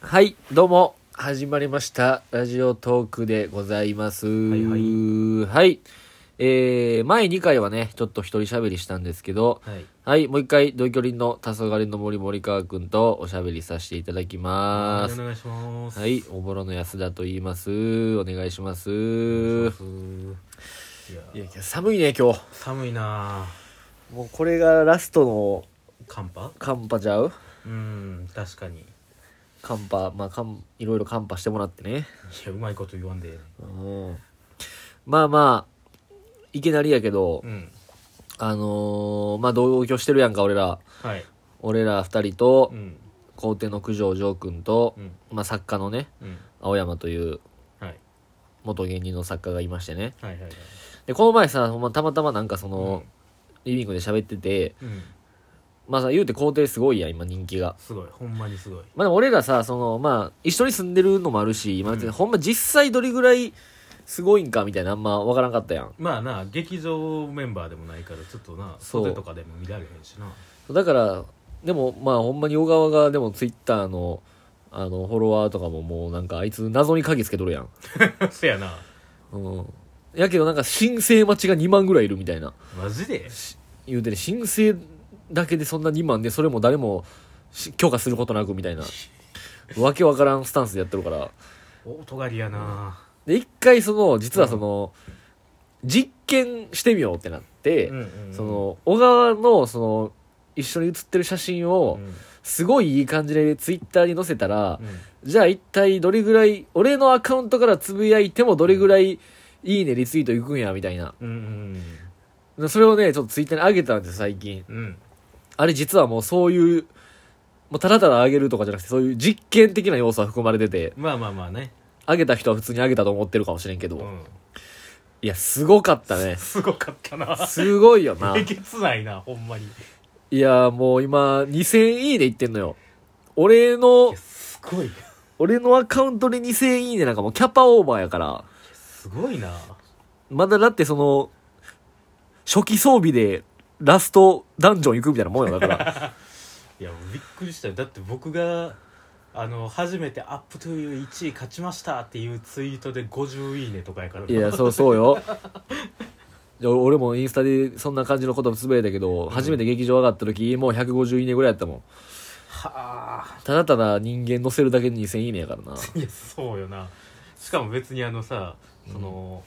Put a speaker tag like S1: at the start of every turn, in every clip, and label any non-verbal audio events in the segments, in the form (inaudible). S1: はい、どうも、始まりました。ラジオトークでございます。はいはい。えー、前2回はね、ちょっと一人喋りしたんですけど、
S2: はい。
S1: はい、もう一回、同居人の黄昏の森森川くんとおしゃべりさせていただきま
S2: お
S1: す。
S2: 願いします。
S1: はい、おぼろの安田と言います。お願いします。
S2: いや
S1: いやいや、寒いね、今日。
S2: 寒いなぁ
S1: もうこれがラストの
S2: 寒波
S1: 寒波ちゃう
S2: うん、確かに。い
S1: 寒波、まあ、かんいろいろ寒波してもらってね。
S2: や、うまいこと言わんで。
S1: うんまあまあ、いきなりやけど、
S2: うん。
S1: あのーまあ同居してるやんか、俺ら。
S2: はい。
S1: 俺ら二人と
S2: う、ん。
S1: 皇帝の九条城君と
S2: う、ん。
S1: まあ作家のね、
S2: うん。
S1: 青山という
S2: はい。
S1: 元芸人の作家がいましてね。
S2: はいはいはい。
S1: で、この前さ、ほんまたまたまなんかその、リビングで喋ってて、
S2: うん。
S1: まあさ、言うて皇帝すごいやん、今人気が。
S2: すごい。ほんまにすごい。
S1: まあでも俺らさ、その、まあ、一緒に住んでるのもあるし、今、
S2: うん
S1: ほんま実際どれぐらいすごいんかみたいな、あんまわからんかったやん。
S2: まあなあ、劇場メンバーでもないから、ちょっとな、
S1: そう
S2: 袖とかでも見られへんしな。 (laughs)
S1: だからでもまあほんまに小川がでもツイッターのあのフォロワーとかももうなんかあいつ謎に鍵つけとるやん、
S2: せやな。
S1: うん、やけどなんか申請待ちが2万ぐらいいるみたいな
S2: マジで
S1: 言うてね申請だけでそんな2万でそれも誰もし許可することなくみたいなわけわからんスタンスでやってるから
S2: お、とがりやな
S1: で一回その実はその、実験してみようってなって、
S2: うんうん
S1: そ、の小川のその一緒に写ってる写真
S2: う
S1: を
S2: ん。
S1: すごいいい感じでツイッターに載せたら、
S2: うん
S1: じゃあ一体どれぐらい、俺のアカウントからつぶやいてもどれぐらいいいね、リツイートいくんや、みたいな。
S2: うんうん
S1: それをね、ちょっとツイッターに上げたんです、最近。
S2: うん。うん。
S1: あれ実はもうそういう、もうただただ上げるとかじゃなくて、そういう実験的な要素は含まれてて、
S2: まあまあまあね。
S1: 上げた人は普通に上げたと思ってるかもしれんけど、
S2: うん。。
S1: いや、すごかったね
S2: すごかったな。
S1: すごいよな。
S2: え
S1: い
S2: げつないな、ほんまに。
S1: や、もう今、2000いいねいってんのよ。俺の、
S2: すごい。
S1: 俺のアカウントで2000いいねなんかもうキャパオーバーやから。
S2: すごいな。
S1: まだだってその、初期装備でラストダンジョン行くみたいなもんやだか
S2: (laughs)
S1: ら。
S2: いや、びっくりしたよ。だって僕が、あの、初めてアップトゥーユー1位勝ちましたっていうツイートで50いいねとかやから。
S1: いや、そうそうよ。いや俺もインスタでそんな感じのことつぶやいたけど、初めて劇場上がった時、もう150いいねぐらいやったもん。
S2: はあ。
S1: ただただ人間乗せるだけで2000いいねやからな。
S2: いや、そうよな。しかも別にあのさ、その、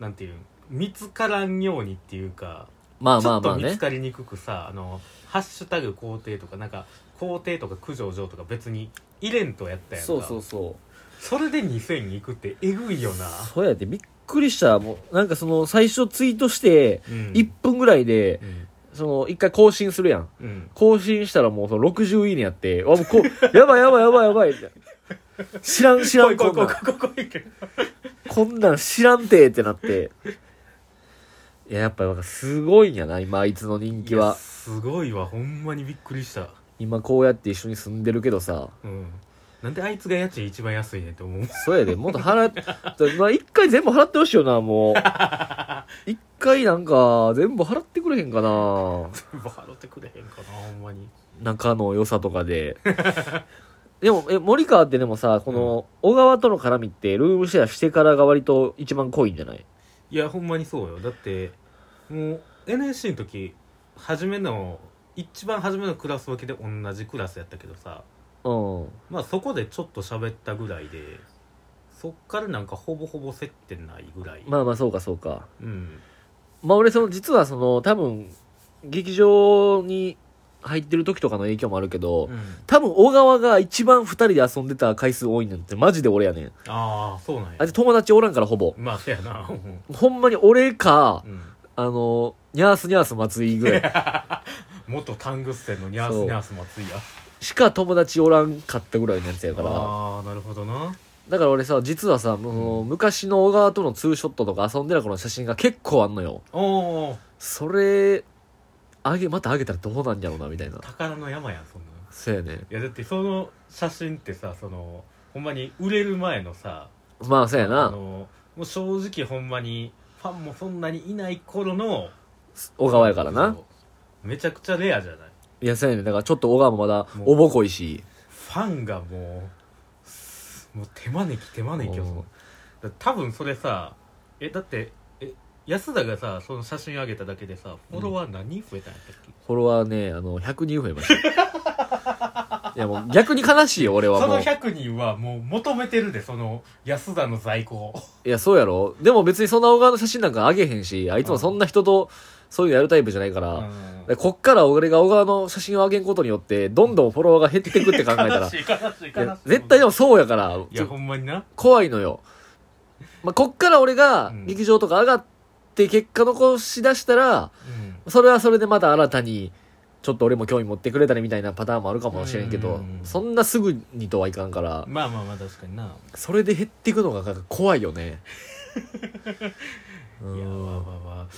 S2: なんていうん見つからんようにっていうか、
S1: まあ
S2: ち
S1: ま
S2: ょ
S1: あ
S2: っ
S1: ま
S2: と
S1: あ
S2: 見つ
S1: ね。
S2: かりにくくさ、あの、ハッシュタグ皇帝とか、なんか、皇帝とか九条城とか別に入れんとやったやんか。
S1: そうそうそう。
S2: それで2000いくってえぐいよな。
S1: そうやってびっくりした。もう、なんかその最初ツイートして、1分ぐらいで、
S2: うん
S1: その1回更新するやん。
S2: うん
S1: 更新したらもうその60いいねやって、あ、もうこう、 (laughs) やばいやばいやばいやばいみたいな。知らん知ら
S2: 来い
S1: ん、
S2: 来
S1: こ
S2: い
S1: んな
S2: 来
S1: いん、
S2: 来い来い来い
S1: こんなん知らんてってなって。いや、やっぱなんかすごいんやな、今あいつの人気
S2: いや
S1: は。
S2: すごいわほんまにびっくりした
S1: 今こうやって一緒に住んでるけどさ、
S2: うんなんであいつが家賃一番安いねんって思う
S1: そうやで、もっと払っ、 (laughs) まあ一回全部払ってほしいよな、も (laughs) う。一回なんか、全部払ってくれへんかな。
S2: 笑ってくれへんかなほんまに
S1: 仲の良さとかで。 (laughs) でも、え、森川ってでもさ、この、小川との絡みって、ルームシェアしてからが割と一番濃いんじゃない
S2: いやほんまにそうよだってもう NSC の時初めの一番初めのクラス分けで同じクラスやったけどさ
S1: うん。
S2: まあそこでちょっと喋ったぐらいでそっからなんかほぼほぼ接点ないぐらい、
S1: まあまあ、そうかそうか。
S2: うん
S1: まあ俺、その、実はその、多分、劇場に入ってる時とかの影響もあるけど、
S2: うん
S1: 多分、小川が一番二人で遊んでた回数多いなんて、マジで俺やねん。
S2: ああそうなんや
S1: あいつ友達おらんから、ほぼ。
S2: まあせやな (laughs) うん
S1: ほんまに俺か、
S2: うん
S1: あの、ニャースニャース松井ぐらい
S2: 元タングステンのニャースニャース松井や
S1: しか友達おらんかったぐらいのやつやから。
S2: ああなるほどな
S1: だから俺さ、実はさ、もう昔の小川とのツーショットとか遊んでた頃の写真が結構あんのよ。
S2: おお
S1: それ、あげ、またあげたらどうなんやろうな、みたいな。
S2: 宝の山やんそんなの
S1: そうやね。
S2: いやだってその写真ってさそのほんまに売れる前のさ
S1: まあ、そうや
S2: あ
S1: な。
S2: のもう正直ほんまにファンもそんなにいない頃の
S1: 小川やからな。
S2: そうめちゃくちゃレアじゃない
S1: いや、そうやね。だからちょっと小川もまだ
S2: もう
S1: おぼこいし。
S2: ファンがももう手招き手招きよ
S1: おう
S2: そのだ多分それさえだってえ安田がさその写真あげただけでさフォロワー何人増えたんやったっけ、
S1: フォロワーね、あの、100人増えま
S2: (laughs)
S1: した。いやもう逆に悲しいよ、俺は
S2: そ
S1: も
S2: の
S1: う。
S2: 100人はもう求めてるでその安田の在庫を
S1: いや、そうやろでも別にそんな小川の写真なんかあげへんし、あいつもそんな人とそういうのやるタイプじゃないか
S2: う
S1: ら、
S2: ん
S1: でこっから俺が小川の写真をあげんことによって、どんどんフォロワーが減ってくって考えたら
S2: (laughs) 悲しい悲しい
S1: い
S2: 悲
S1: や
S2: しい
S1: 絶対でもそうやから、
S2: いやほんまにな
S1: 怖いのよ。まあ、こっから俺が
S2: うん
S1: 劇場とか上がって結果残し出したら、それはそれでまた新たに、ちょっと俺も興味持ってくれたりみたいなパターンもあるかもしれんけ
S2: う
S1: ど
S2: ん、
S1: そんなすぐにとはいかんから、
S2: まあまあまあ確かにな
S1: それで減っていくのがなんか怖いよね。う
S2: いや
S1: ん
S2: わわわ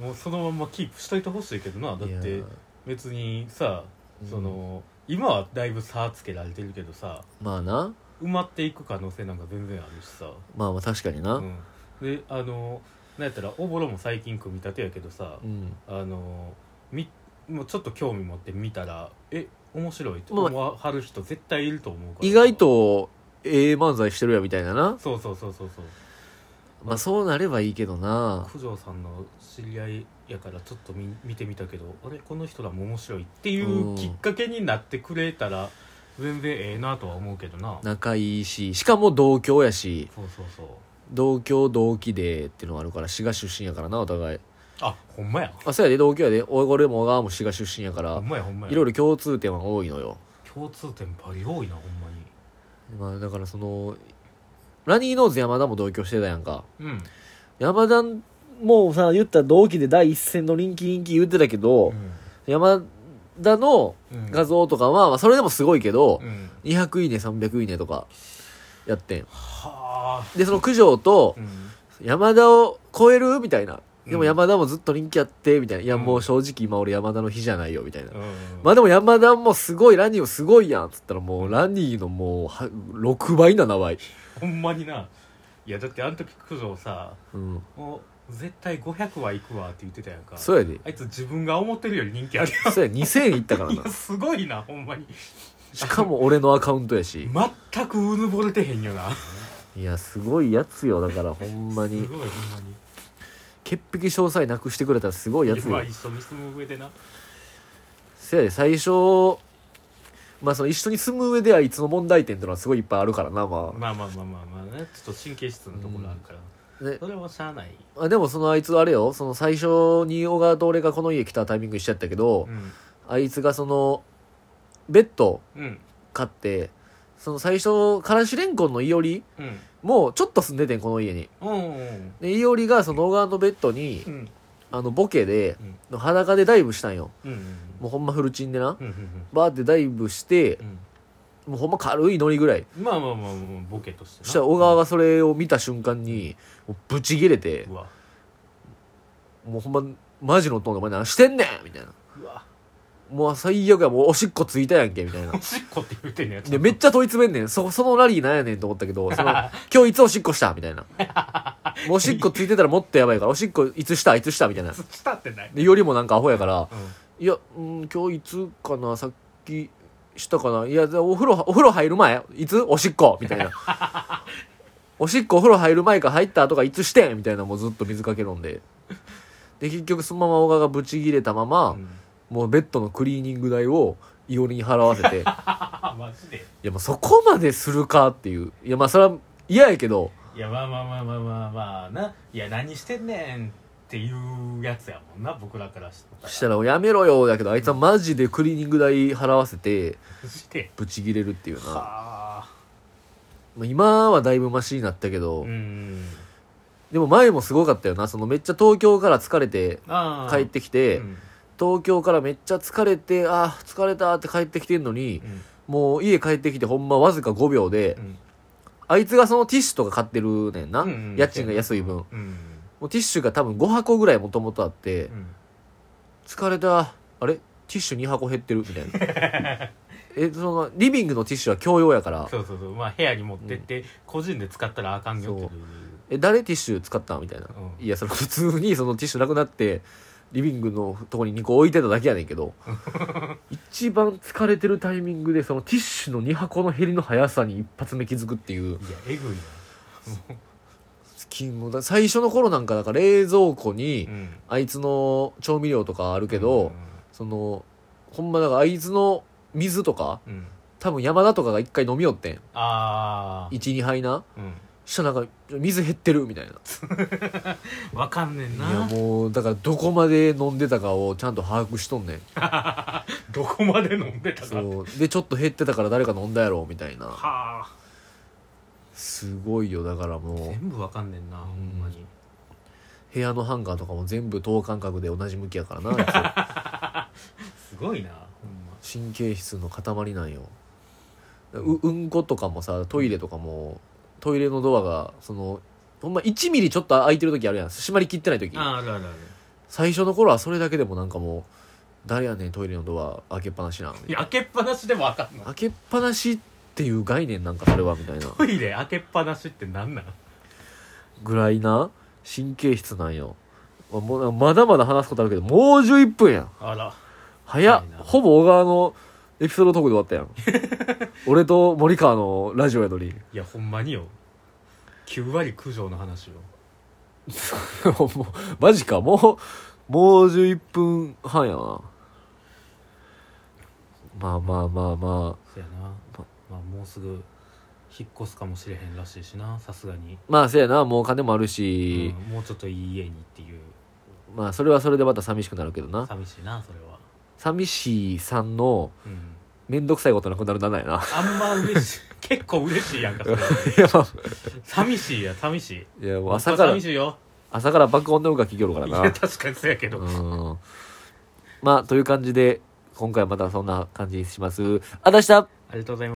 S2: もうそのまんまキープしといてほしいけどなだっ
S1: い
S2: て
S1: や
S2: 別にさ
S1: うん
S2: その、今はだいぶ差つけられてるけどさ
S1: まあな、
S2: 埋まっていく可能性なんか全然あるしさ、
S1: まあまあ確かにな。
S2: う
S1: うん。
S2: ん、であのなんやったらおぼろも最近組み立てやけどさ、あのみもうちょっと興味持って見たらえ面白いって思わはる人絶対いると思うから
S1: 意外と、ええ漫才してるやみたいなな。
S2: そうそうそうそうそう
S1: まあそうなればいいけどな。
S2: 九条さんの知り合いやからちょっと見見てみたけどあれこの人らも面白いってい
S1: うん
S2: うきっかけになってくれたら全然ええなとは思うけどな
S1: 仲いいし、しかも同郷やし、
S2: そうそうそう
S1: 同郷同期でっていうのがあるから滋賀出身やからなお互い
S2: あほんまや
S1: あそうやで同郷やでお俺も小川も滋賀出身やか
S2: ほ
S1: ら
S2: んまやほんまや
S1: いろいろ共通点は多いのよ、
S2: 共通点バリ多いなほんまに
S1: まあ、だからそのラニーノーズ山田も同居してたやんか
S2: うん、
S1: 山田もうさ言ったら同期で第一線のリンキリンキ言ってたけど、山田の
S2: うん、
S1: 画像とかは、まあ、それでもすごいけど
S2: う、ん
S1: 200いいね300いいねとかやってん
S2: はあ
S1: でその九条と
S2: うん
S1: 山田を超えるみたいな。でも
S2: うん
S1: 山田もずっと人気あって、みたいな。いや、
S2: うん
S1: もう正直今俺山田の日じゃないよ、みたいな。
S2: うん
S1: まあでも山田もすごい、ラニーもすごいやんっつったらもうラニーのもうは6倍、7倍。
S2: ほんまにないやだってあの時九条さ
S1: うん。
S2: もう絶対500はいくわって言ってたやんか
S1: そうやで。
S2: あいつ自分が思ってるより人気あるや
S1: そうや、2000いったから
S2: んい
S1: (laughs)
S2: や
S1: な。
S2: すごいなほんまに
S1: しかも俺のアカウントやし。
S2: 全くうぬぼれてへんよない
S1: や、すごいやつよ。だからほんますに。
S2: ごいほんまに
S1: 潔癖詳細なくしてくれたらすごいやつ
S2: 今
S1: よ。
S2: 一緒に住む上でな
S1: せやで、最初、まあその一緒に住む上ではいつの問題点ってのはすごいいっぱいあるからな、ま
S2: まあまあまあまあまあねちょっと神経質なところあるから、
S1: あ。ね
S2: それはしゃあない、
S1: あでもそのあいつあれよその最初に小川と俺がこの家来たタイミング一緒やったけど、
S2: うん
S1: あいつがそのベッド
S2: うん
S1: 買ってその最初からしれんこんのいおり
S2: うん
S1: もうちょっと住んでてんこの家に
S2: うん
S1: でいおりがその小川のベッドに
S2: うん
S1: あのボケで
S2: うん
S1: 裸でダイブしたんよ
S2: うんうん
S1: もうほんまフルチンでな
S2: うんうん
S1: バーってダイブして
S2: うん
S1: もうほんま軽いノリぐらい
S2: うんまあまあまあまあボケとして
S1: そ
S2: な
S1: したら小川がそれを見た瞬間にもうブチギレて
S2: うわ
S1: もうほんまマジのトーンで「お前何してんねん!」みたいな
S2: うわ
S1: もう最悪や、もうおしっこついたやんけ、みたいな
S2: (laughs) お。しっこって言うてんねや
S1: で、めっ
S2: ち
S1: ちゃ問い詰めんねん。そ、そのラリーなんやねんと思ったけど、その、今日いつおしっこしたみたいな。もうおしっこついてたらもっとやばいから、おしっこいつしたいつしたみたいな
S2: ゃ。したってない
S1: で、よりもなんかアホやから、
S2: うん
S1: いや、うん、今日いつかな、さっきしたかな。いや、でお風呂、お風呂入る前いつおしっこみたいな。おしっこお風呂入る前か入った後かいつしてんみたいな、もうずっと水かけ飲んで。で、結局そのまま小川がブチギレたまま、
S2: うん
S1: もうベッドのクリーニング代をいおりに払わせて (laughs) い
S2: あマジで
S1: やまあそこまでするかっていういやまあそれは嫌やけど
S2: いやまあまあまあまあまあまあないや何してんねんっていうやつやもんな僕らからしたら
S1: したら「やめろよ」だけどあいつはマジでクリーニング代払わせて
S2: して
S1: ブチギレるっていうな、
S2: はあ
S1: まあ、今はだいぶマシになったけど、
S2: うん
S1: でも前もすごかったよなそのめっちゃ東京から疲れて
S2: ああ
S1: 帰ってきて、
S2: うん
S1: 東京からめっちゃ疲れてあー疲れたって帰ってきてんのに、
S2: うん
S1: もう家帰ってきてほんまわずか5秒で、
S2: うん
S1: あいつがそのティッシュとか買ってるねんな、
S2: うんうん
S1: 家賃が安い分、
S2: うん
S1: もうティッシュが多分5箱ぐらいもともとあって、
S2: うん
S1: 疲れた。あれティッシュ2箱減ってるみたいな。
S2: (laughs)
S1: え、その、リビングのティッシュは共用やから、
S2: そうそうそうまあ部屋に持ってって個人で使ったらあかんよっていう
S1: え、誰ティッシュ使ったみたいな。
S2: うん
S1: いや、それ普通にそのティッシュなくなって、リビングのとこに2個置いてただけやねんけ
S2: (laughs)
S1: ど一番疲れてるタイミングでそのティッシュの2箱の減りの速さに一発目気づくっていう
S2: いやえぐい
S1: 金もだ最初の頃なんかだから冷蔵庫に
S2: な、うん、
S1: あいつの調味料とかあるけど、そのほんまだからあいつの水とか
S2: うん、うん、
S1: 多分山田とかが一回飲みよってん
S2: ああ、
S1: 12杯な
S2: うん、
S1: したらなんか水減ってるみたいな
S2: わかんねん
S1: いや
S2: な
S1: もうだからどこまで飲んでたかをちゃんと把握しとんねん
S2: (laughs) どこまで飲んでたかって
S1: そうでちょっと減ってたから誰か飲んだやろみたいな
S2: はあ
S1: すごいよだからもう
S2: 全部わかんねんな、ほんまに
S1: 部屋のハンガーとかも全部等間隔で同じ向きやから
S2: (laughs)
S1: な
S2: すごいなほんま
S1: 神経質の塊なんよううんことかもさトイレとかもトイレのドアがそのほんま1ミリちょっと開いてる時あるやん閉まりきってない時
S2: あーあるあるある
S1: 最初の頃はそれだけでもなんかもう誰やねんトイレのドア開けっぱなしなん
S2: いや開けっぱなしでもわかんの
S1: 開けっぱなしっていう概念なんかそれはみたいな
S2: トイレ開けっぱなしってなんなん
S1: ぐらいな神経質なんよまもうまだまだ話すことあるけどもう11分やん
S2: あら
S1: 早っ
S2: 早いな
S1: ほぼ小川のエピソードトークで終わったやん
S2: (laughs)
S1: 俺と森川のラジオやのに (laughs)
S2: いやほんまによ9割九条の話よ
S1: もうマジかもうもう11分半やなまあまあまあまあ
S2: そやな、まあ、もうすぐ引っ越すかもしれへんらしいしなさすがに、
S1: まあせやなもう金もある
S2: うん
S1: し、
S2: もうちょっといい家にっていう
S1: まあそれはそれでまた寂しくなるけどな
S2: 寂しいなそれは
S1: 寂しいさんの
S2: うん
S1: 面倒くさいことなくなるならやな
S2: あんま嬉しい結構嬉しいやんかそ
S1: (laughs)
S2: れ
S1: いやま
S2: 寂しいや寂しい
S1: あいやもう朝から
S2: 寂しいよ
S1: 朝から爆音の音楽聴きよるから
S2: い
S1: な
S2: や確かにそうやけど、
S1: うんまあという感じで今回はまたそんな感じにしますあでした
S2: ありがとうございます